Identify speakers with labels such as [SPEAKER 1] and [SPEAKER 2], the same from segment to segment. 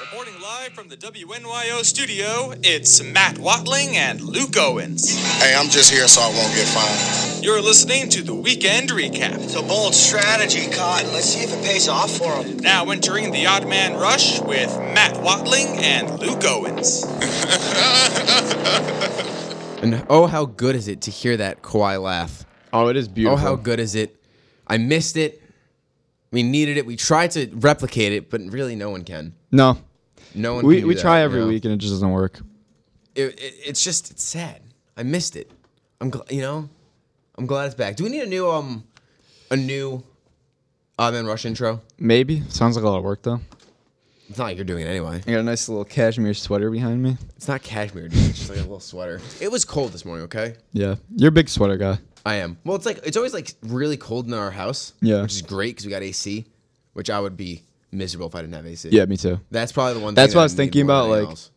[SPEAKER 1] Reporting live from the WNYO studio, it's Matt Watling and Luke Owens.
[SPEAKER 2] Hey, I'm just here so I won't get fined.
[SPEAKER 1] You're listening to the weekend recap.
[SPEAKER 3] It's a bold strategy, Cotton. Let's see if it pays off for him.
[SPEAKER 1] Now entering the odd man rush with Matt Watling and Luke Owens.
[SPEAKER 4] And oh, how good is it to hear that Kawhi laugh?
[SPEAKER 5] Oh, it is beautiful.
[SPEAKER 4] Oh, how good is it? I missed it. We needed it. We tried to replicate it, but really, no one can.
[SPEAKER 5] No,
[SPEAKER 4] No one.
[SPEAKER 5] we,
[SPEAKER 4] can do
[SPEAKER 5] we
[SPEAKER 4] that,
[SPEAKER 5] try
[SPEAKER 4] you
[SPEAKER 5] every
[SPEAKER 4] know?
[SPEAKER 5] week and it just doesn't work.
[SPEAKER 4] It, it, it's just it's sad. I missed it. I'm gl- you know, I'm glad it's back. Do we need a new um, a new, odd man rush intro?
[SPEAKER 5] Maybe sounds like a lot of work though.
[SPEAKER 4] It's not like you're doing it anyway.
[SPEAKER 5] I got a nice little cashmere sweater behind me.
[SPEAKER 4] It's not cashmere, dude. It's just like a little sweater. It was cold this morning. Okay.
[SPEAKER 5] Yeah, you're a big sweater guy.
[SPEAKER 4] I am. Well, it's like it's always like really cold in our house.
[SPEAKER 5] Yeah.
[SPEAKER 4] Which is great because we got AC, which I would be miserable if I didn't have AC.
[SPEAKER 5] Yeah, me too.
[SPEAKER 4] That's probably the one.
[SPEAKER 5] That's
[SPEAKER 4] thing that
[SPEAKER 5] what I was
[SPEAKER 4] need
[SPEAKER 5] thinking
[SPEAKER 4] more than
[SPEAKER 5] about,
[SPEAKER 4] anything
[SPEAKER 5] like-
[SPEAKER 4] else.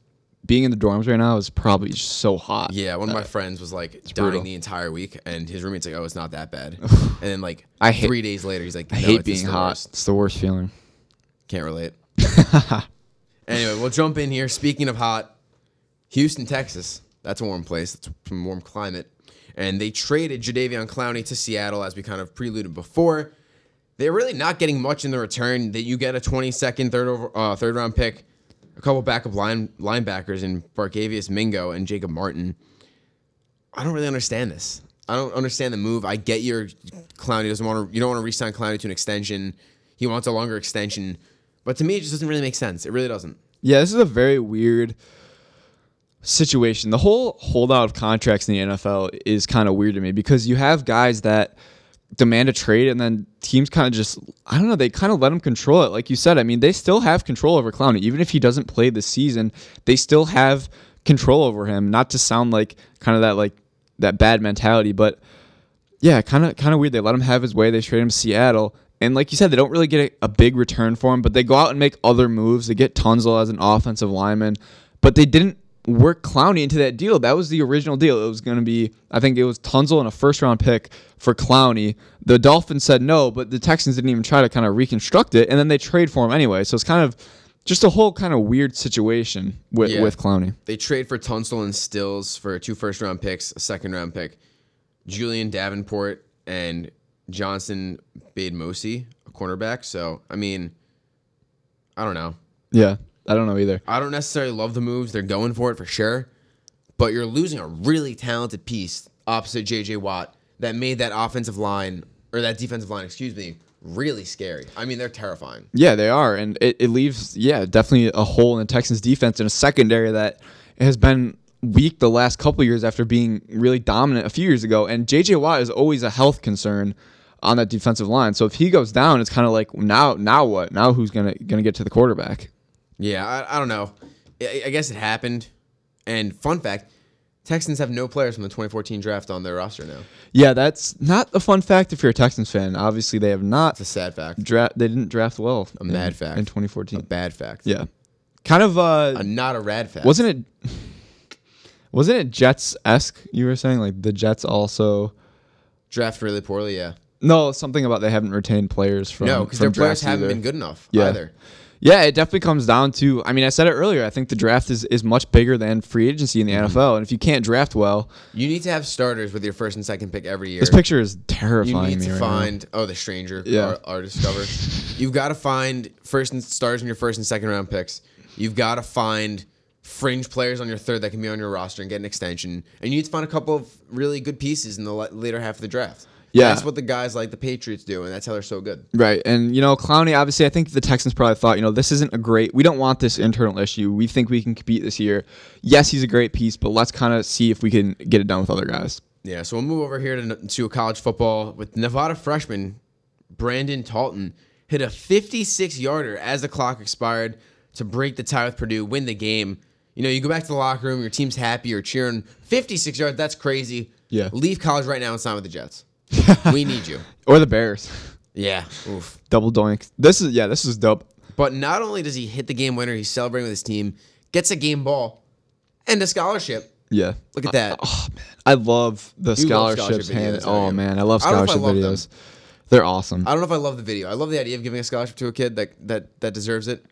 [SPEAKER 5] Being in the dorms right now is probably just so hot.
[SPEAKER 4] yeah, one of my friends was like dying
[SPEAKER 5] uh, brutal.
[SPEAKER 4] the entire week, and his roommate's like, "Oh, it's not that bad." and then like
[SPEAKER 5] I hate-
[SPEAKER 4] three days later, he's like,
[SPEAKER 5] I
[SPEAKER 4] "No,
[SPEAKER 5] hate
[SPEAKER 4] it's just
[SPEAKER 5] being
[SPEAKER 4] the
[SPEAKER 5] hot.
[SPEAKER 4] worst."
[SPEAKER 5] It's the worst feeling.
[SPEAKER 4] Can't relate." anyway, we'll jump in here. Speaking of hot, Houston, Texas. That's a warm place. That's a warm climate. And they traded Jadavion Clowney to Seattle, as we kind of preluded before. They're really not getting much in the return. That you get a 22nd, third over, uh, third round pick, a couple backup line linebackers in Barcavius Mingo and Jacob Martin. I don't really understand this. I don't understand the move. I get your Clowney doesn't want to. You don't want to re-sign Clowney to an extension. He wants a longer extension, but to me, it just doesn't really make sense. It really doesn't.
[SPEAKER 5] Yeah, this is a very weird situation. The whole holdout of contracts in the NFL is kind of weird to me because you have guys that demand a trade and then teams kind of just I don't know, they kind of let them control it. Like you said, I mean, they still have control over Clowney even if he doesn't play this season, they still have control over him. Not to sound like kind of that like that bad mentality, but yeah, kind of kind of weird. They let him have his way. They trade him to Seattle, and like you said, they don't really get a, a big return for him. But they go out and make other moves. They get Tunzel as an offensive lineman, but they didn't work Clowney into that deal. That was the original deal. It was going to be, I think, it was Tunzel and a first round pick for Clowney. The Dolphins said no, but the Texans didn't even try to kind of reconstruct it, and then they trade for him anyway. So it's kind of just a whole kind of weird situation with
[SPEAKER 4] Yeah.
[SPEAKER 5] with Clowney.
[SPEAKER 4] They trade for Tunstall and Stills for two first round picks, a second round pick, Julian Davenport and Johnson Bade Mosi, a cornerback. So I mean, I don't know.
[SPEAKER 5] Yeah, I don't know either.
[SPEAKER 4] I don't necessarily love the moves. They're going for it for sure. But you're losing a really talented piece opposite JJ Watt that made that offensive line or that defensive line, excuse me, really scary. I mean, they're terrifying.
[SPEAKER 5] Yeah, they are, and it, it leaves yeah definitely a hole in the Texans' defense and a secondary that has been weak the last couple years after being really dominant a few years ago. And JJ Watt is always a health concern on that defensive line. So if he goes down, it's kind of like now now what? Now who's gonna gonna get to the quarterback?
[SPEAKER 4] Yeah, I, I don't know. I, I guess it happened. And fun fact, Texans have no players from the 2014 draft on their roster now.
[SPEAKER 5] Yeah, that's not a fun fact if you're a Texans fan. Obviously, they have not
[SPEAKER 4] It's a sad fact,
[SPEAKER 5] draft. They didn't draft well. A
[SPEAKER 4] mad
[SPEAKER 5] in,
[SPEAKER 4] fact.
[SPEAKER 5] in
[SPEAKER 4] a
[SPEAKER 5] 2014.
[SPEAKER 4] bad fact.
[SPEAKER 5] yeah, kind of. Uh,
[SPEAKER 4] A not a rad fact.
[SPEAKER 5] wasn't it wasn't it Jets esque? You were saying like the Jets also
[SPEAKER 4] draft really poorly? Yeah.
[SPEAKER 5] no something about they haven't retained players from
[SPEAKER 4] No, because
[SPEAKER 5] from
[SPEAKER 4] their players
[SPEAKER 5] drafts
[SPEAKER 4] haven't
[SPEAKER 5] either.
[SPEAKER 4] been good enough
[SPEAKER 5] Yeah.
[SPEAKER 4] either.
[SPEAKER 5] Yeah, it definitely comes down to. I mean, I said it earlier. I think the draft is is much bigger than free agency in
[SPEAKER 4] Mm-hmm.
[SPEAKER 5] the NFL, and if you can't draft well,
[SPEAKER 4] You need to have starters with your first and second pick every year.
[SPEAKER 5] this picture is
[SPEAKER 4] you
[SPEAKER 5] terrifying
[SPEAKER 4] need
[SPEAKER 5] me
[SPEAKER 4] to
[SPEAKER 5] right
[SPEAKER 4] find oh the stranger
[SPEAKER 5] Yeah.
[SPEAKER 4] are, are discovered you've got to find first and stars in your first and second round picks you've got to find fringe players on your third that can be on your roster and get an extension and you need to find a couple of really good pieces in the la- later half of the draft
[SPEAKER 5] Yeah.
[SPEAKER 4] that's what the guys like the patriots do and that's how they're so good
[SPEAKER 5] now. Right, and you know, Clowney. Obviously, I think the Texans probably thought, you know, this isn't a great. We don't want this internal issue. We think we can compete this year. Yes, he's a great piece, but let's kind of see if we can get it done with other guys.
[SPEAKER 4] Yeah, so we'll move over here to, to college football with Nevada freshman Brandon Talton hit a 56 yarder as the clock expired to break the tie with Purdue, win the game. You know, you go back to the locker room, your team's happy, you're cheering. 56 yards, that's crazy.
[SPEAKER 5] Yeah.
[SPEAKER 4] Leave college right now and sign with the Jets. we need you.
[SPEAKER 5] Or the Bears.
[SPEAKER 4] Yeah. Oof.
[SPEAKER 5] Double doink. This is yeah, this is dope.
[SPEAKER 4] But not only does he hit the game winner, he's celebrating with his team, gets a game ball, and a scholarship.
[SPEAKER 5] Yeah. Oh,
[SPEAKER 4] Look at that.
[SPEAKER 5] I love the
[SPEAKER 4] You love
[SPEAKER 5] scholarships
[SPEAKER 4] scholarship
[SPEAKER 5] hand.
[SPEAKER 4] videos, don't
[SPEAKER 5] Oh
[SPEAKER 4] you?
[SPEAKER 5] man, I love
[SPEAKER 4] I don't know if I
[SPEAKER 5] scholarship
[SPEAKER 4] love them.
[SPEAKER 5] videos. They're awesome.
[SPEAKER 4] I don't know if I love the video. I love the idea of giving a scholarship to a kid that that that deserves it, but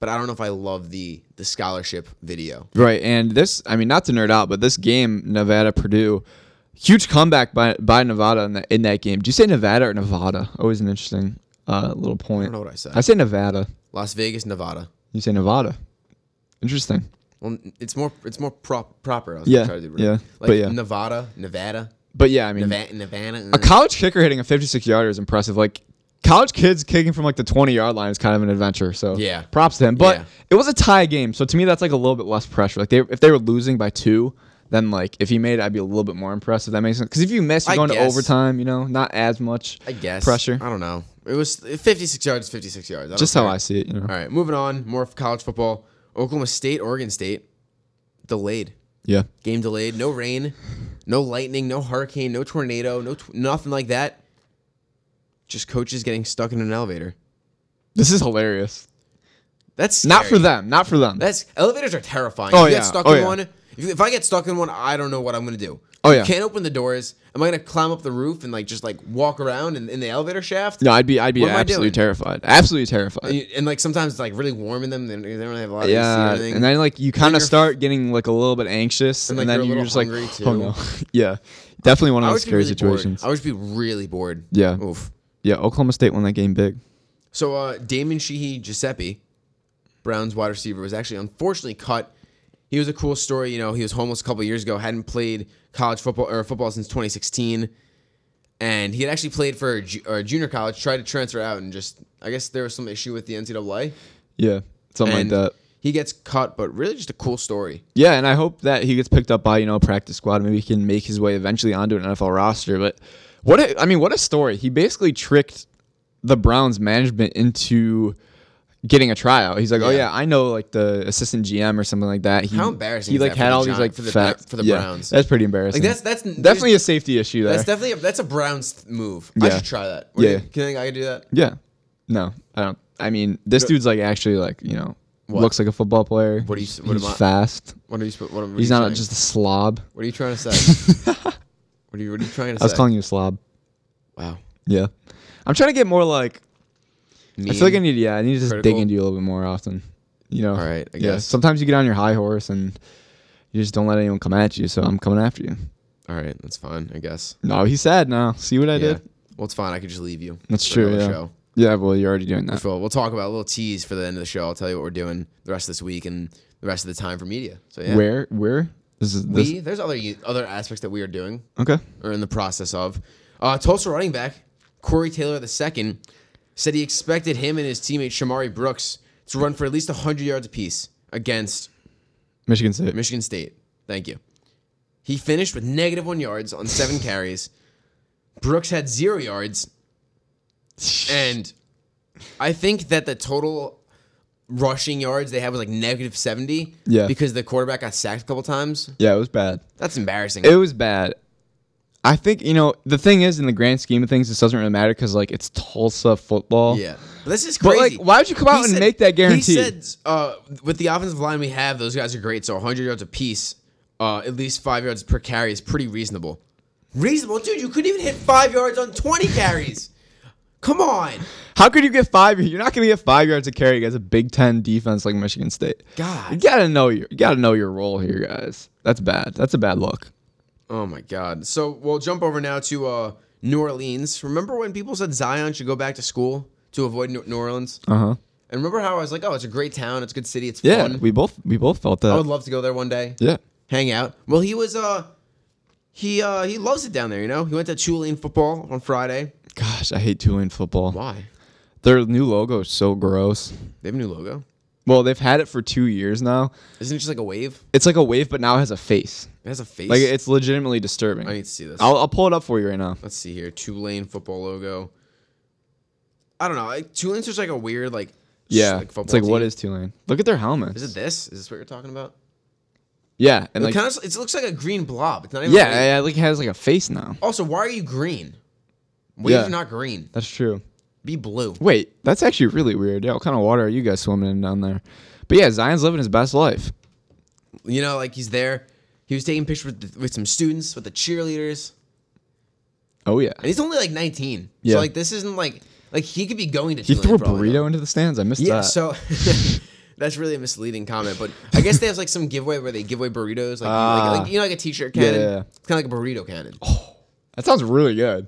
[SPEAKER 4] but I don't know if I love the the scholarship video.
[SPEAKER 5] Right, and this, I mean, not to nerd out, but this game, Nevada Purdue, huge comeback by by Nevada in that in that game. Do you say Nevada or Nevada? Always an interesting uh, little point. I
[SPEAKER 4] know what I said.
[SPEAKER 5] I say Nevada.
[SPEAKER 4] Las Vegas, Nevada.
[SPEAKER 5] You say Nevada. Interesting.
[SPEAKER 4] Well, it's more it's more prop, proper. I was
[SPEAKER 5] Yeah,
[SPEAKER 4] trying to do
[SPEAKER 5] yeah,
[SPEAKER 4] like
[SPEAKER 5] but yeah.
[SPEAKER 4] Nevada, Nevada,
[SPEAKER 5] But yeah, I mean,
[SPEAKER 4] Nevada, Nevada.
[SPEAKER 5] a college kicker hitting a 56 yarder is impressive. Like college kids kicking from like the 20 yard line is kind of an adventure. So
[SPEAKER 4] Yeah.
[SPEAKER 5] props to him. But
[SPEAKER 4] Yeah.
[SPEAKER 5] it was a tie game, so to me that's like a little bit less pressure. Like they if they were losing by two. Then like if he made, it, I'd be a little bit more impressed. If that makes sense, because if you miss, you're
[SPEAKER 4] I
[SPEAKER 5] going to
[SPEAKER 4] guess.
[SPEAKER 5] overtime. You know, not as much.
[SPEAKER 4] I guess
[SPEAKER 5] pressure.
[SPEAKER 4] I don't know. It was 56 yards, 56 yards. don't
[SPEAKER 5] Just how
[SPEAKER 4] care.
[SPEAKER 5] I see it. You know.
[SPEAKER 4] All right, moving on. More of college football. Oklahoma State, Oregon State, delayed.
[SPEAKER 5] Yeah.
[SPEAKER 4] Game delayed. No rain, no lightning, no hurricane, no tornado, no tw- nothing like that. Just coaches getting stuck in an elevator.
[SPEAKER 5] This is hilarious.
[SPEAKER 4] That's
[SPEAKER 5] Not for
[SPEAKER 4] scary.
[SPEAKER 5] them. Not for them.
[SPEAKER 4] That's elevators are terrifying.
[SPEAKER 5] Oh,
[SPEAKER 4] if you
[SPEAKER 5] yeah.
[SPEAKER 4] get stuck
[SPEAKER 5] Oh,
[SPEAKER 4] in
[SPEAKER 5] yeah.
[SPEAKER 4] one, if, if I get stuck in one, I don't know what I'm gonna do.
[SPEAKER 5] Oh, yeah.
[SPEAKER 4] Can't open the doors. Am I gonna climb up the roof and like just like walk around in, in the elevator shaft?
[SPEAKER 5] no, I'd be I'd be
[SPEAKER 4] What am I
[SPEAKER 5] absolutely
[SPEAKER 4] doing?
[SPEAKER 5] terrified. Absolutely terrified.
[SPEAKER 4] And, you- and, like sometimes it's like really warm in them. They don't they don't really have a lot of AC or
[SPEAKER 5] yeah,
[SPEAKER 4] anything.
[SPEAKER 5] and then like you kind
[SPEAKER 4] you're-
[SPEAKER 5] of start getting like a little bit anxious,
[SPEAKER 4] And,
[SPEAKER 5] and,
[SPEAKER 4] like,
[SPEAKER 5] then
[SPEAKER 4] you're a
[SPEAKER 5] you're just
[SPEAKER 4] little
[SPEAKER 5] like,
[SPEAKER 4] hungry,
[SPEAKER 5] oh
[SPEAKER 4] too.
[SPEAKER 5] no, yeah, definitely one of
[SPEAKER 4] I
[SPEAKER 5] those
[SPEAKER 4] would be
[SPEAKER 5] scary
[SPEAKER 4] really
[SPEAKER 5] situations.
[SPEAKER 4] Bored. I would just be really bored.
[SPEAKER 5] Yeah.
[SPEAKER 4] Oof.
[SPEAKER 5] Yeah, Oklahoma State won that game big.
[SPEAKER 4] So uh, Damon Sheehy Giuseppe, Browns wide receiver, was actually unfortunately cut. He was a cool story. You know, he was homeless a couple years ago, hadn't played college football or football since 2016, and he had actually played for ju- or junior college. Tried to transfer out, and just I guess there was some issue with the NCAA.
[SPEAKER 5] Yeah, something
[SPEAKER 4] and
[SPEAKER 5] like that.
[SPEAKER 4] He gets cut, but really just a cool story.
[SPEAKER 5] Yeah, and I hope that he gets picked up by you know a practice squad. Maybe he can make his way eventually onto an NFL roster. But what a, I mean, what a story! He basically tricked the Browns management into getting a tryout. He's like, oh
[SPEAKER 4] Yeah.
[SPEAKER 5] yeah, I know like the assistant GM or something like that. He,
[SPEAKER 4] How embarrassing
[SPEAKER 5] He
[SPEAKER 4] is
[SPEAKER 5] like
[SPEAKER 4] that for
[SPEAKER 5] had
[SPEAKER 4] the
[SPEAKER 5] all these
[SPEAKER 4] Gi-
[SPEAKER 5] like
[SPEAKER 4] for the-
[SPEAKER 5] facts
[SPEAKER 4] for the
[SPEAKER 5] Yeah,
[SPEAKER 4] Browns?
[SPEAKER 5] That's pretty embarrassing.
[SPEAKER 4] that's- that's-
[SPEAKER 5] definitely a safety issue there.
[SPEAKER 4] That's definitely a, that's a Browns move. I
[SPEAKER 5] Yeah.
[SPEAKER 4] should try that. What do you-
[SPEAKER 5] Yeah.
[SPEAKER 4] can you think I could do that?
[SPEAKER 5] yeah, no, I don't. I mean, this dude's like actually like you know looks like a football player.
[SPEAKER 4] What do you-
[SPEAKER 5] He's-
[SPEAKER 4] what am
[SPEAKER 5] he's
[SPEAKER 4] I-
[SPEAKER 5] fast.
[SPEAKER 4] What are you? sp- What are, what are
[SPEAKER 5] He's
[SPEAKER 4] you
[SPEAKER 5] not
[SPEAKER 4] trying-
[SPEAKER 5] just a slob.
[SPEAKER 4] What are you trying to say? what are you? What are you trying to
[SPEAKER 5] I was
[SPEAKER 4] say?
[SPEAKER 5] calling you a slob.
[SPEAKER 4] Wow.
[SPEAKER 5] Yeah. I'm trying to get more like I feel like I
[SPEAKER 4] Mean?
[SPEAKER 5] need yeah, I need to just
[SPEAKER 4] Critical?
[SPEAKER 5] dig into you a little bit more often. You know.
[SPEAKER 4] All right, I
[SPEAKER 5] yeah.
[SPEAKER 4] guess.
[SPEAKER 5] Sometimes you get on your high horse and you just don't let anyone come at you, so I'm coming after you.
[SPEAKER 4] All right, that's fine, I guess.
[SPEAKER 5] No, he's sad now. See what I
[SPEAKER 4] yeah.
[SPEAKER 5] did?
[SPEAKER 4] Well, it's fine. I could just leave you.
[SPEAKER 5] That's
[SPEAKER 4] for
[SPEAKER 5] true.
[SPEAKER 4] another
[SPEAKER 5] Yeah. yeah, well you're already doing that.
[SPEAKER 4] We'll, we'll talk about a little tease for the end of the show. I'll tell you what we're doing the rest of this week and the rest of the time for media. So yeah,
[SPEAKER 5] Where where? This is this
[SPEAKER 4] we there's other u- other aspects that we are doing
[SPEAKER 5] Okay.
[SPEAKER 4] or in the process of. Uh, Tulsa running back Corey Taylor II said he expected him and his teammate Shamari Brooks to run for at least 100 yards apiece against
[SPEAKER 5] Michigan State.
[SPEAKER 4] Michigan State. Thank you. He finished with negative one yards on seven carries. Brooks had zero yards. And I think that the total rushing yards they had was like negative 70.
[SPEAKER 5] Yeah.
[SPEAKER 4] Because the quarterback got sacked a couple times.
[SPEAKER 5] yeah, it was bad.
[SPEAKER 4] That's embarrassing.
[SPEAKER 5] It was bad. I think you know the thing is in the grand scheme of things, this doesn't really matter because like it's Tulsa football.
[SPEAKER 4] yeah. But this is
[SPEAKER 5] But,
[SPEAKER 4] crazy.
[SPEAKER 5] like, why would you come out and make that guarantee?
[SPEAKER 4] He said, uh, with the offensive line we have, those guys are great. So 100 yards apiece, uh, at least five yards per carry is pretty reasonable. Reasonable? Dude, you couldn't even hit five yards on 20 carries. Come on.
[SPEAKER 5] How could you get five? You're not going to get five yards of carry against a Big Ten defense like Michigan State.
[SPEAKER 4] God.
[SPEAKER 5] you gotta know your you gotta know your role here, guys. That's bad. That's a bad look.
[SPEAKER 4] Oh my God! So we'll jump over now to uh, New Orleans. Remember when people said Zion should go back to school to avoid New New Orleans?
[SPEAKER 5] Uh huh.
[SPEAKER 4] And remember how I was like, "Oh, it's a great town. It's a good city. It's
[SPEAKER 5] Yeah,
[SPEAKER 4] fun.
[SPEAKER 5] we both we both felt that.
[SPEAKER 4] I would love to go there one day,
[SPEAKER 5] yeah,
[SPEAKER 4] hang out." Well, he was uh, he uh, he loves it down there. You know, he went to Tulane football on Friday.
[SPEAKER 5] gosh, I hate Tulane football.
[SPEAKER 4] Why?
[SPEAKER 5] Their new logo is so gross.
[SPEAKER 4] They have a new logo.
[SPEAKER 5] Well, they've had it for two years now.
[SPEAKER 4] Isn't it just like a wave?
[SPEAKER 5] It's like a wave, but now it has a face.
[SPEAKER 4] It has a face.
[SPEAKER 5] Like it's legitimately disturbing.
[SPEAKER 4] I need to see this.
[SPEAKER 5] I'll, I'll pull it up for you right now.
[SPEAKER 4] Let's see here. Tulane football logo. I don't know. Like, Tulane's just like a weird like
[SPEAKER 5] Yeah, it's like what
[SPEAKER 4] team.
[SPEAKER 5] is Tulane? Look at their helmets.
[SPEAKER 4] Is it this? Is this what you're talking about?
[SPEAKER 5] yeah, and
[SPEAKER 4] It
[SPEAKER 5] like
[SPEAKER 4] kind of it looks like a green blob. It's not even green.
[SPEAKER 5] yeah, it like has like a face now.
[SPEAKER 4] Also, why are you green? Waves
[SPEAKER 5] Yeah.
[SPEAKER 4] are not green.
[SPEAKER 5] That's true.
[SPEAKER 4] Be blue.
[SPEAKER 5] Wait, that's actually really weird. Yeah, what kind of water are you guys swimming in down there? But yeah, Zion's living his best life.
[SPEAKER 4] You know, like he's there. He was taking pictures with, with some students, with the cheerleaders,
[SPEAKER 5] Oh yeah.
[SPEAKER 4] and he's only like 19.
[SPEAKER 5] Yeah.
[SPEAKER 4] So like this isn't like like he could be going to.
[SPEAKER 5] He
[SPEAKER 4] Tulane
[SPEAKER 5] threw a
[SPEAKER 4] for all we know.
[SPEAKER 5] burrito into the stands. I missed
[SPEAKER 4] Yeah.
[SPEAKER 5] that.
[SPEAKER 4] So That's really a misleading comment, but I guess they have like some giveaway where they give away burritos, like, like, like you know, like a t-shirt cannon.
[SPEAKER 5] Ah. Yeah. Oh,
[SPEAKER 4] It's kind of like a burrito cannon.
[SPEAKER 5] That sounds really good.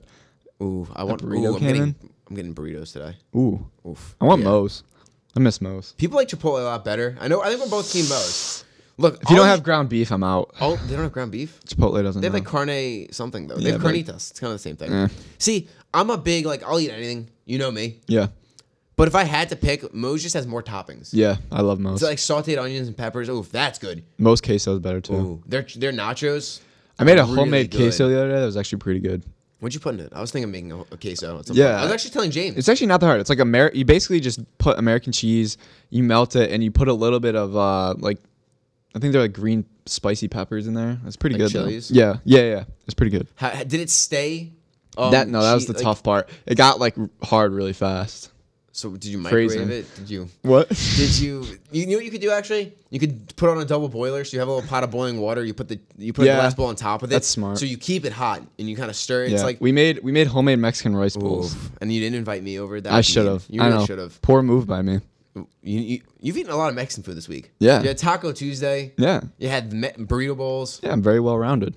[SPEAKER 4] Ooh, I want
[SPEAKER 5] burrito
[SPEAKER 4] ooh, I'm getting,
[SPEAKER 5] cannon?
[SPEAKER 4] I'm getting burritos today.
[SPEAKER 5] Ooh,
[SPEAKER 4] Oof.
[SPEAKER 5] I want
[SPEAKER 4] Yeah.
[SPEAKER 5] Moe's. I miss Moe's.
[SPEAKER 4] People like Chipotle a lot better. I know. I think we're both team Moe's. Look,
[SPEAKER 5] If you don't have ground beef, I'm out.
[SPEAKER 4] oh, they don't have ground beef.
[SPEAKER 5] Chipotle doesn't.
[SPEAKER 4] They have
[SPEAKER 5] know.
[SPEAKER 4] like carne something though. They have
[SPEAKER 5] but- Eh.
[SPEAKER 4] carnitas. It's kind of the same thing. See, I'm a big like I'll eat anything. You know me.
[SPEAKER 5] yeah,
[SPEAKER 4] But if I had to pick, Moe's just has more toppings.
[SPEAKER 5] yeah. I love
[SPEAKER 4] It's
[SPEAKER 5] Moe's.
[SPEAKER 4] like sauteed onions and peppers. Ooh, that's good.
[SPEAKER 5] Moe's queso is better too.
[SPEAKER 4] Ooh, their their nachos.
[SPEAKER 5] I made a
[SPEAKER 4] really
[SPEAKER 5] homemade
[SPEAKER 4] good.
[SPEAKER 5] queso the other day. That was actually pretty good.
[SPEAKER 4] What'd you put in it? I was thinking of making a, a queso. At some
[SPEAKER 5] Yeah.
[SPEAKER 4] point. I was actually telling James.
[SPEAKER 5] It's actually not that hard. It's like Amer. You basically just put American cheese, you melt it, and you put a little bit of uh like, I think they're like green spicy peppers in there. That's pretty
[SPEAKER 4] Like
[SPEAKER 5] good. though.
[SPEAKER 4] chilies?
[SPEAKER 5] Yeah, yeah, yeah. It's pretty good.
[SPEAKER 4] How, how- did it stay? um,
[SPEAKER 5] that no, that was
[SPEAKER 4] cheese-
[SPEAKER 5] the
[SPEAKER 4] like-
[SPEAKER 5] tough part. It got like r- hard really fast.
[SPEAKER 4] So did you microwave
[SPEAKER 5] Freezing.
[SPEAKER 4] it? Did you?
[SPEAKER 5] What?
[SPEAKER 4] Did you? You know what you could do actually? You could put on a double boiler. So you have a little pot of boiling water. You put the you put
[SPEAKER 5] Yeah.
[SPEAKER 4] the glass bowl on top of it.
[SPEAKER 5] That's smart.
[SPEAKER 4] So you keep it hot and you kind of stir it.
[SPEAKER 5] Yeah.
[SPEAKER 4] It's like
[SPEAKER 5] we made we made homemade Mexican rice bowls.
[SPEAKER 4] Oof. And you didn't invite me over. That
[SPEAKER 5] I
[SPEAKER 4] was mean.
[SPEAKER 5] should have.
[SPEAKER 4] You
[SPEAKER 5] I
[SPEAKER 4] really
[SPEAKER 5] know.
[SPEAKER 4] should have.
[SPEAKER 5] Poor move by me.
[SPEAKER 4] You, you you've eaten a lot of Mexican food this week.
[SPEAKER 5] Yeah.
[SPEAKER 4] You had Taco Tuesday.
[SPEAKER 5] Yeah.
[SPEAKER 4] You had me- burrito bowls.
[SPEAKER 5] Yeah, I'm very well rounded.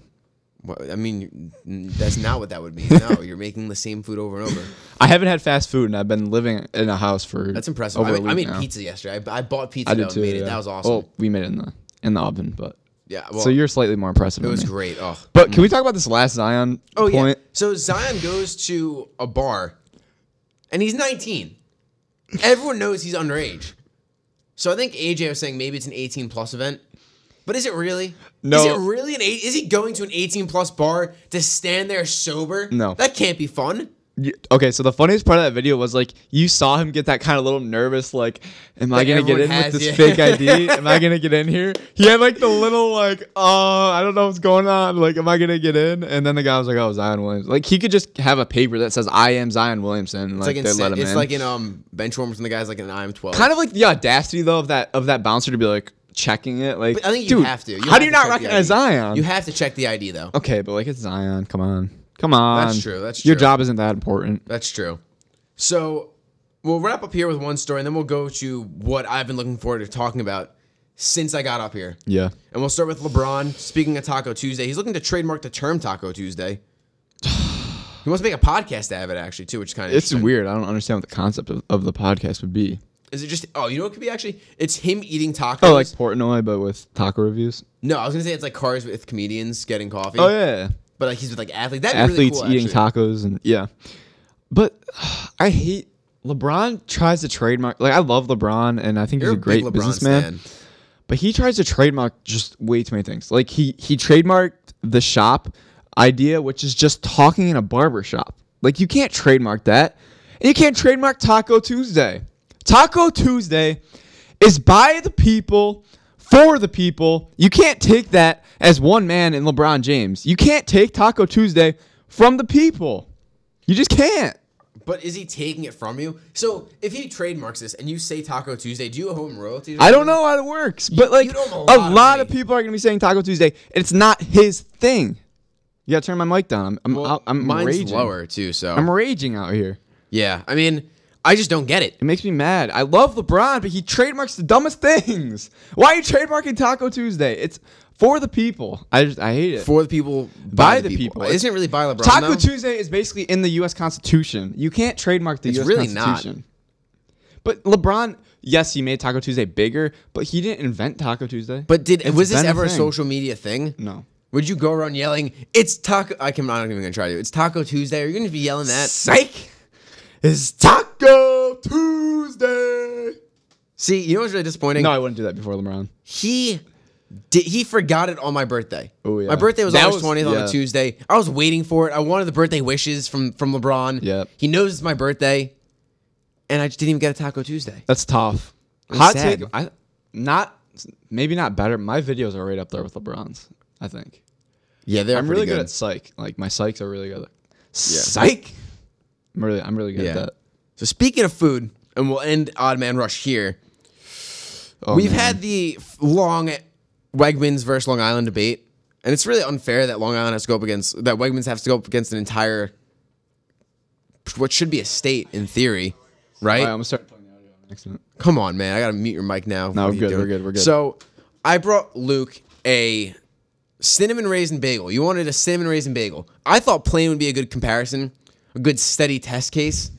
[SPEAKER 4] Well, I mean, n- that's not what that would mean. No, you're making the same food over and over.
[SPEAKER 5] I haven't had fast food, and I've been living in a house for
[SPEAKER 4] That's impressive.
[SPEAKER 5] over
[SPEAKER 4] I,
[SPEAKER 5] a
[SPEAKER 4] mean, I
[SPEAKER 5] week
[SPEAKER 4] made
[SPEAKER 5] now.
[SPEAKER 4] pizza yesterday. I, I bought pizza
[SPEAKER 5] I
[SPEAKER 4] dough
[SPEAKER 5] did
[SPEAKER 4] and
[SPEAKER 5] too.
[SPEAKER 4] made it.
[SPEAKER 5] yeah.
[SPEAKER 4] That was awesome.
[SPEAKER 5] Well, we made it in the in the oven, but
[SPEAKER 4] yeah. Well,
[SPEAKER 5] so you're slightly more impressive.
[SPEAKER 4] It
[SPEAKER 5] than
[SPEAKER 4] was
[SPEAKER 5] me.
[SPEAKER 4] great. Oh.
[SPEAKER 5] But can we talk about this last Zion
[SPEAKER 4] Oh
[SPEAKER 5] point?
[SPEAKER 4] yeah. So Zion goes to a bar, and he's 19. Everyone knows he's underage. So I think AJ was saying maybe it's an 18 plus event, but is it really? Is
[SPEAKER 5] No.
[SPEAKER 4] it really an eight? Is he going to an 18 plus bar to stand there sober?
[SPEAKER 5] No.
[SPEAKER 4] That can't be fun.
[SPEAKER 5] You- okay, so the funniest part of that video was like you saw him get that kind of little nervous, like, "Am I
[SPEAKER 4] That
[SPEAKER 5] gonna get
[SPEAKER 4] everyone
[SPEAKER 5] in
[SPEAKER 4] has,
[SPEAKER 5] with this
[SPEAKER 4] yeah.
[SPEAKER 5] fake ID? Am I gonna get in here?" He had like the little like, "Oh, I don't know what's going on. Like, am I gonna get in?" And then the guy was like, "Oh, Zion Williams." Like, he could just have a paper that says, "I am Zion Williamson." And,
[SPEAKER 4] It's
[SPEAKER 5] like,
[SPEAKER 4] like, in,
[SPEAKER 5] they let
[SPEAKER 4] Sa-
[SPEAKER 5] him
[SPEAKER 4] it's
[SPEAKER 5] in.
[SPEAKER 4] like in um benchwarmers when the guy's like an I'm 12.
[SPEAKER 5] kind of like the audacity though of that of that bouncer to be like checking it. Like,
[SPEAKER 4] But I think you
[SPEAKER 5] dude,
[SPEAKER 4] have to. You
[SPEAKER 5] how
[SPEAKER 4] have
[SPEAKER 5] do you
[SPEAKER 4] to
[SPEAKER 5] not
[SPEAKER 4] check the
[SPEAKER 5] recognize
[SPEAKER 4] ID.
[SPEAKER 5] Zion?
[SPEAKER 4] You have to check the ID though.
[SPEAKER 5] okay, but like it's Zion. Come on, come on.
[SPEAKER 4] true, that's
[SPEAKER 5] your
[SPEAKER 4] true.
[SPEAKER 5] job isn't that important.
[SPEAKER 4] That's true. So we'll wrap up here with one story, and then we'll go to what I've been looking forward to talking about since I got up here.
[SPEAKER 5] Yeah.
[SPEAKER 4] And we'll start with LeBron. Speaking of Taco Tuesday, he's looking to trademark the term Taco Tuesday. He wants to make a podcast out of it, actually, too, which is kind of
[SPEAKER 5] It's weird. I don't understand what the concept of, of the podcast would be.
[SPEAKER 4] Is it just? Oh, you know what it could be actually? It's him eating tacos.
[SPEAKER 5] Oh, like Portnoy, but with taco reviews.
[SPEAKER 4] no, I was gonna say it's like cars with comedians getting coffee.
[SPEAKER 5] Oh yeah,
[SPEAKER 4] but like he's with like athletes. That'd be really
[SPEAKER 5] athletes
[SPEAKER 4] cool,
[SPEAKER 5] eating
[SPEAKER 4] actually.
[SPEAKER 5] tacos and yeah. But I hate LeBron tries to trademark. Like I love LeBron, and I think
[SPEAKER 4] You're
[SPEAKER 5] he's a, great
[SPEAKER 4] big LeBron
[SPEAKER 5] businessman.
[SPEAKER 4] stan.
[SPEAKER 5] But he tries to trademark just way too many things. Like he he trademarked the shop idea, which is just talking in a barber shop. Like you can't trademark that, and you can't trademark Taco Tuesday. Taco Tuesday is by the people for the people. You can't take that as one man in LeBron James. You can't take Taco Tuesday from the people. You just can't.
[SPEAKER 4] But is he taking it from you? So if he trademarks this and you say Taco Tuesday, do you owe him royalties? or
[SPEAKER 5] I don't
[SPEAKER 4] something?
[SPEAKER 5] know how it works, but like
[SPEAKER 4] you don't know
[SPEAKER 5] a
[SPEAKER 4] a
[SPEAKER 5] lot,
[SPEAKER 4] lot
[SPEAKER 5] of
[SPEAKER 4] of me.
[SPEAKER 5] people are gonna be saying Taco Tuesday. It's not his thing. You gotta turn my mic down. I'm I'm, out- I'm
[SPEAKER 4] mine's
[SPEAKER 5] raging.
[SPEAKER 4] lower too. So
[SPEAKER 5] I'm raging out here.
[SPEAKER 4] yeah, I mean, I just don't get it.
[SPEAKER 5] It makes me mad. I love LeBron, but he trademarks the dumbest things. Why are you trademarking Taco Tuesday? It's for the people. I just I hate it.
[SPEAKER 4] For the people, by, the, people. Isn't it really by LeBron?
[SPEAKER 5] Taco
[SPEAKER 4] though?
[SPEAKER 5] Tuesday is basically in the U.S. Constitution. You can't trademark the
[SPEAKER 4] It's
[SPEAKER 5] U.S.
[SPEAKER 4] really not.
[SPEAKER 5] Constitution. But LeBron, yes, he made Taco Tuesday bigger, but he didn't invent Taco Tuesday.
[SPEAKER 4] But did
[SPEAKER 5] It's
[SPEAKER 4] was this
[SPEAKER 5] been
[SPEAKER 4] ever a
[SPEAKER 5] thing.
[SPEAKER 4] social media thing?
[SPEAKER 5] No.
[SPEAKER 4] Would you go around yelling, "It's Taco"? I can, I'm not even gonna try to. It's Taco Tuesday. Are you gonna be yelling that?
[SPEAKER 5] Psych is Taco Tuesday.
[SPEAKER 4] See, you know what's really disappointing?
[SPEAKER 5] No, I wouldn't do that before LeBron.
[SPEAKER 4] he did. He forgot it on my birthday.
[SPEAKER 5] Oh, yeah.
[SPEAKER 4] My birthday was
[SPEAKER 5] That
[SPEAKER 4] August
[SPEAKER 5] was-
[SPEAKER 4] twentieth on
[SPEAKER 5] yeah.
[SPEAKER 4] a Tuesday. I was waiting for it. I wanted the birthday wishes from from LeBron.
[SPEAKER 5] Yep.
[SPEAKER 4] He knows it's my birthday, and I just didn't even get a Taco Tuesday.
[SPEAKER 5] That's tough. Hot
[SPEAKER 4] sad.
[SPEAKER 5] take. I not maybe not better. My videos are right up there with LeBron's. I think
[SPEAKER 4] Yeah, they're
[SPEAKER 5] I'm
[SPEAKER 4] pretty
[SPEAKER 5] really good. at psych. Like my psychs are really good. At,
[SPEAKER 4] Psych.
[SPEAKER 5] I'm really I'm really good
[SPEAKER 4] Yeah.
[SPEAKER 5] at that.
[SPEAKER 4] So speaking of food, and we'll end Odd Man Rush here.
[SPEAKER 5] Oh,
[SPEAKER 4] We've
[SPEAKER 5] man.
[SPEAKER 4] had the f- long Wegmans versus Long Island debate, and it's really unfair that Long Island has to go up against that Wegmans has to go up against an entire what should be a state in theory, right?
[SPEAKER 5] All right, I'm gonna start. putting the audio on. Excellent.
[SPEAKER 4] Come on, man. I gotta mute your mic now.
[SPEAKER 5] No,
[SPEAKER 4] What are
[SPEAKER 5] we're
[SPEAKER 4] you
[SPEAKER 5] good,
[SPEAKER 4] doing?
[SPEAKER 5] we're good, we're good.
[SPEAKER 4] So I brought Luke a cinnamon raisin bagel. You wanted a cinnamon raisin bagel. I thought plain would be a good comparison, a good steady test case.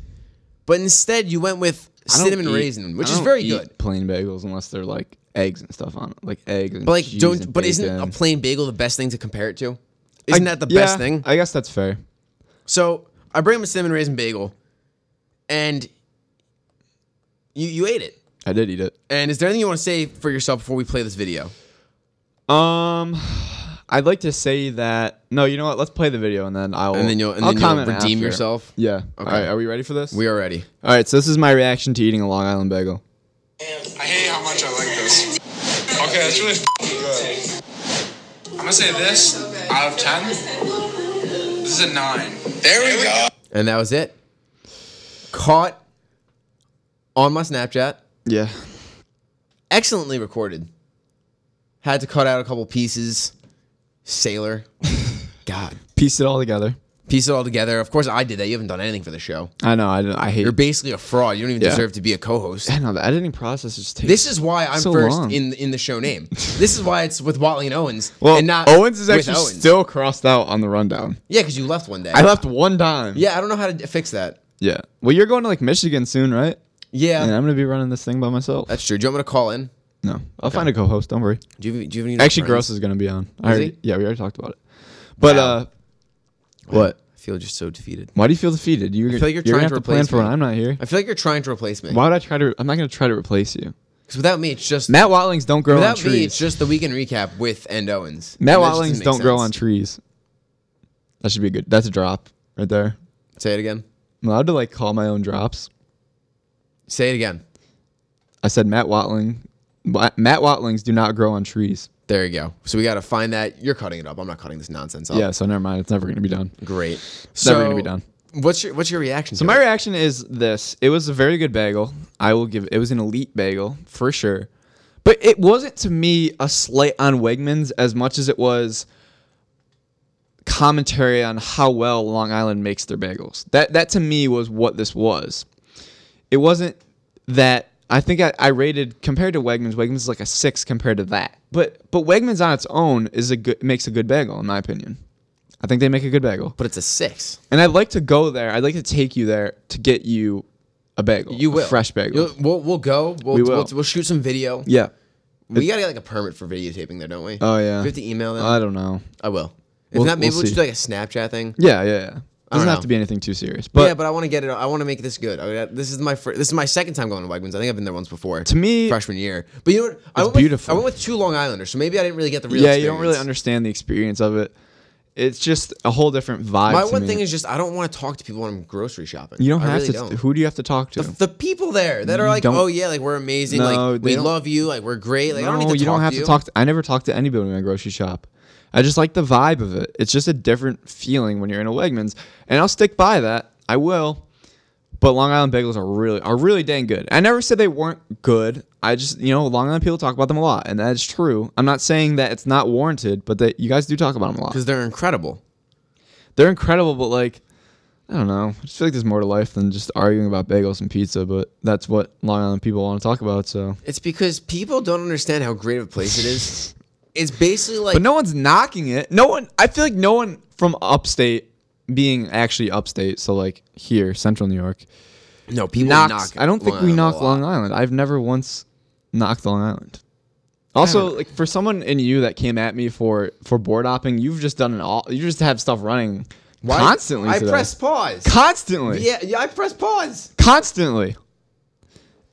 [SPEAKER 4] But instead you went with
[SPEAKER 5] I don't
[SPEAKER 4] cinnamon
[SPEAKER 5] eat-
[SPEAKER 4] raisin, which
[SPEAKER 5] I
[SPEAKER 4] is
[SPEAKER 5] don't
[SPEAKER 4] very
[SPEAKER 5] eat
[SPEAKER 4] good.
[SPEAKER 5] Plain bagels, unless they're like eggs and stuff on it, like eggs. And
[SPEAKER 4] But like
[SPEAKER 5] cheese
[SPEAKER 4] don't
[SPEAKER 5] and
[SPEAKER 4] but isn't a
[SPEAKER 5] bacon.
[SPEAKER 4] plain bagel the best thing to compare it to? Isn't
[SPEAKER 5] I-
[SPEAKER 4] that the
[SPEAKER 5] yeah,
[SPEAKER 4] best thing?
[SPEAKER 5] I guess that's fair.
[SPEAKER 4] So I bring him a cinnamon raisin bagel and you you ate it.
[SPEAKER 5] I did eat it.
[SPEAKER 4] And is there anything you want to say for yourself before we play this video?
[SPEAKER 5] Um, I'd like to say that. No, you know what? Let's play the video and then I'll
[SPEAKER 4] And then you'll- and
[SPEAKER 5] I'll
[SPEAKER 4] then you'll
[SPEAKER 5] comment
[SPEAKER 4] redeem
[SPEAKER 5] after.
[SPEAKER 4] yourself?
[SPEAKER 5] Yeah. All
[SPEAKER 4] Okay.
[SPEAKER 5] right. Are we ready for this?
[SPEAKER 4] We are ready.
[SPEAKER 5] All right. So this is my reaction to eating a Long Island bagel.
[SPEAKER 2] I hate how much I like this.
[SPEAKER 6] Okay, that's really f***ing good. I'm gonna say this out of ten. This is a nine.
[SPEAKER 2] There we go.
[SPEAKER 4] And that was it. Caught on my Snapchat.
[SPEAKER 5] Yeah.
[SPEAKER 4] Excellently recorded. Had to cut out a couple pieces. Sailor. God.
[SPEAKER 5] Piece it all together.
[SPEAKER 4] Piece it all together. Of course, I did that. You haven't done anything for the show.
[SPEAKER 5] I know. I, don't- I hate.
[SPEAKER 4] You're basically a fraud. You don't even
[SPEAKER 5] Yeah.
[SPEAKER 4] deserve to be a co-host.
[SPEAKER 5] I know the editing process is just takes.
[SPEAKER 4] This is why I'm
[SPEAKER 5] So
[SPEAKER 4] first
[SPEAKER 5] long.
[SPEAKER 4] in in the show name. This is why it's with Watley and Owens.
[SPEAKER 5] well,
[SPEAKER 4] and not
[SPEAKER 5] Owens is
[SPEAKER 4] with
[SPEAKER 5] actually
[SPEAKER 4] Owens.
[SPEAKER 5] still crossed out on the rundown.
[SPEAKER 4] yeah, because you left one day.
[SPEAKER 5] I left one time.
[SPEAKER 4] Yeah, I don't know how to fix that.
[SPEAKER 5] Yeah. Well, you're going to like Michigan soon, right?
[SPEAKER 4] Yeah,
[SPEAKER 5] And I'm gonna be running this thing by myself.
[SPEAKER 4] that's true. Do you want me to call in?
[SPEAKER 5] no, I'll find a co-host. Don't worry.
[SPEAKER 4] Do you, do you have any
[SPEAKER 5] Actually,
[SPEAKER 4] friends?
[SPEAKER 5] Gross is gonna be on.
[SPEAKER 4] Is
[SPEAKER 5] I already-
[SPEAKER 4] he?
[SPEAKER 5] Yeah, we already talked about it. But
[SPEAKER 4] Wow.
[SPEAKER 5] uh, what?
[SPEAKER 4] I feel just so defeated.
[SPEAKER 5] Why do you feel defeated? You, I
[SPEAKER 4] feel like you're
[SPEAKER 5] you're gonna
[SPEAKER 4] trying
[SPEAKER 5] have
[SPEAKER 4] to
[SPEAKER 5] to, plan
[SPEAKER 4] replace
[SPEAKER 5] for when
[SPEAKER 4] me.
[SPEAKER 5] I'm not here.
[SPEAKER 4] I feel like you're trying to replace me.
[SPEAKER 5] Why would I try to? I'm not gonna try to replace you.
[SPEAKER 4] Because without me, it's just
[SPEAKER 5] Matt Watlings don't grow on
[SPEAKER 4] without me, it's
[SPEAKER 5] trees.
[SPEAKER 4] just the weekend recap with and Owens.
[SPEAKER 5] Matt
[SPEAKER 4] And that just doesn't
[SPEAKER 5] Watlings
[SPEAKER 4] make
[SPEAKER 5] don't grow on
[SPEAKER 4] sense.
[SPEAKER 5] trees. That should be good. That's a drop right there.
[SPEAKER 4] Say it again.
[SPEAKER 5] I'm allowed to like call my own drops.
[SPEAKER 4] Say it again.
[SPEAKER 5] I said Matt Watling. Wa- Matt Watlings do not grow on trees.
[SPEAKER 4] There you go. So we got to find that. You're cutting it up. I'm not cutting this nonsense up.
[SPEAKER 5] Yeah, so never mind. It's never gonna be done.
[SPEAKER 4] Great.
[SPEAKER 5] never gonna be done.
[SPEAKER 4] What's your What's your reaction?
[SPEAKER 5] So
[SPEAKER 4] to
[SPEAKER 5] my
[SPEAKER 4] it?
[SPEAKER 5] reaction is this: it was a very good bagel. I will give it was an elite bagel for sure, but it wasn't to me a slight on Wegmans as much as it was commentary on how well Long Island makes their bagels. That that to me was what this was. It wasn't that I think I, I rated compared to Wegmans. Wegmans is like a six compared to that, but but Wegmans on its own is a good makes a good bagel in my opinion. I think they make a good bagel.
[SPEAKER 4] but it's a six.
[SPEAKER 5] And I'd like to go there. I'd like to take you there to get you a bagel.
[SPEAKER 4] You
[SPEAKER 5] a
[SPEAKER 4] will
[SPEAKER 5] fresh bagel.
[SPEAKER 4] You'll- we'll we'll go. We'll,
[SPEAKER 5] We
[SPEAKER 4] we'll
[SPEAKER 5] will.
[SPEAKER 4] we'll shoot some video.
[SPEAKER 5] yeah.
[SPEAKER 4] We gotta get like a permit for videotaping there, don't we?
[SPEAKER 5] Oh yeah.
[SPEAKER 4] We have to email them.
[SPEAKER 5] I don't know.
[SPEAKER 4] I will. If
[SPEAKER 5] We'll-
[SPEAKER 4] not, maybe
[SPEAKER 5] we'll
[SPEAKER 4] we'll, just
[SPEAKER 5] see.
[SPEAKER 4] do like a Snapchat thing.
[SPEAKER 5] Yeah, yeah, yeah. Doesn't
[SPEAKER 4] know.
[SPEAKER 5] have to be anything too serious. But,
[SPEAKER 4] yeah, but I want to get it. I want to make this good. I mean, I- this is my fir- this is my second time going to Wegmans. I think I've been there once before.
[SPEAKER 5] To me-
[SPEAKER 4] freshman year. But you know what? I went
[SPEAKER 5] beautiful.
[SPEAKER 4] With, I went with two Long Islanders, so maybe I didn't really get the real.
[SPEAKER 5] yeah, you don't really
[SPEAKER 4] experience.
[SPEAKER 5] understand the experience of it. It's just a whole different vibe.
[SPEAKER 4] My
[SPEAKER 5] to
[SPEAKER 4] one
[SPEAKER 5] me.
[SPEAKER 4] thing is just I don't want to talk to people when I'm grocery shopping.
[SPEAKER 5] you don't
[SPEAKER 4] I
[SPEAKER 5] have
[SPEAKER 4] really
[SPEAKER 5] to.
[SPEAKER 4] Don't.
[SPEAKER 5] Who do you have to talk to?
[SPEAKER 4] the, the people there that are like,
[SPEAKER 5] don't-
[SPEAKER 4] oh yeah, like we're amazing,
[SPEAKER 5] No,
[SPEAKER 4] like
[SPEAKER 5] they
[SPEAKER 4] we
[SPEAKER 5] don't-
[SPEAKER 4] love you, like we're great. Like I
[SPEAKER 5] no,
[SPEAKER 4] don't need to
[SPEAKER 5] you
[SPEAKER 4] talk
[SPEAKER 5] don't have
[SPEAKER 4] to,
[SPEAKER 5] to
[SPEAKER 4] you.
[SPEAKER 5] talk. To, I never talk to anybody in a grocery shop. I just like the vibe of it. It's just a different feeling when you're in a Wegmans, and I'll stick by that. I will. But Long Island bagels are really are really dang good. I never said they weren't good. I just you know Long Island people talk about them a lot, and that is true. I'm not saying that it's not warranted, but that you guys do talk about them a lot.
[SPEAKER 4] because they're incredible.
[SPEAKER 5] They're incredible, but like I don't know. I just feel like there's more to life than just arguing about bagels and pizza. But that's what Long Island people want to talk about. So,
[SPEAKER 4] It's because people don't understand how great of a place it is. It's basically like
[SPEAKER 5] but no one's knocking it. No one. I feel like no one from upstate, being actually upstate, so like here, central New York,
[SPEAKER 4] no people
[SPEAKER 5] knocks.
[SPEAKER 4] knock.
[SPEAKER 5] I don't think
[SPEAKER 4] Long Island
[SPEAKER 5] we
[SPEAKER 4] a
[SPEAKER 5] knock
[SPEAKER 4] lot.
[SPEAKER 5] Long Island. I've never once knocked Long Island. Also, like for someone in you that came at me for for board hopping, you've just done an all. You just have stuff running
[SPEAKER 4] Why-
[SPEAKER 5] constantly.
[SPEAKER 4] I
[SPEAKER 5] today.
[SPEAKER 4] press pause.
[SPEAKER 5] constantly.
[SPEAKER 4] Yeah, yeah, I press pause.
[SPEAKER 5] constantly.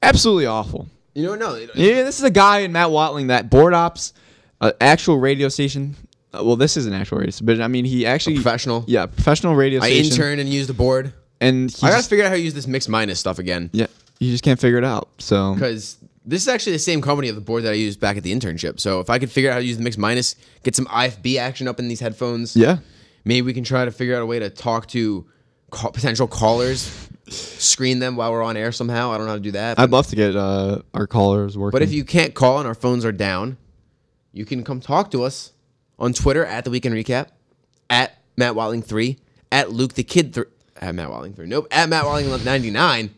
[SPEAKER 5] Absolutely awful.
[SPEAKER 4] You don't know. no,
[SPEAKER 5] Yeah, this is a guy in Matt Watling that board ops, uh, actual radio station. Uh, well, this is an actual radio, station, but I mean, he actually
[SPEAKER 4] professional?
[SPEAKER 5] Yeah, professional radio
[SPEAKER 4] I
[SPEAKER 5] station.
[SPEAKER 4] interned and used the board.
[SPEAKER 5] and he
[SPEAKER 4] I gotta
[SPEAKER 5] just,
[SPEAKER 4] figure out how to use this mixed minus stuff again
[SPEAKER 5] yeah, you just can't figure it out. So
[SPEAKER 4] because this is actually the same company of the board that I used back at the internship. So if I could figure out how to use the mixed minus, get some IFB action up in these headphones.
[SPEAKER 5] yeah,
[SPEAKER 4] Maybe we can try to figure out a way to talk to ca- potential callers, screen them while we're on air somehow. I don't know how to do that.
[SPEAKER 5] I'd love to get uh, our callers working.
[SPEAKER 4] but if you can't call and our phones are down, you can come talk to us on Twitter at the Weekend Recap, at Matt Watling three, at Luke the Kid three, at Matt Watling three. Nope, at Matt Watling ninety nine,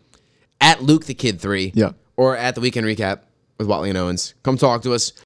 [SPEAKER 4] at Luke the Kid three.
[SPEAKER 5] Yeah.
[SPEAKER 4] or at the weekend recap with Watley and Owens. Come talk to us.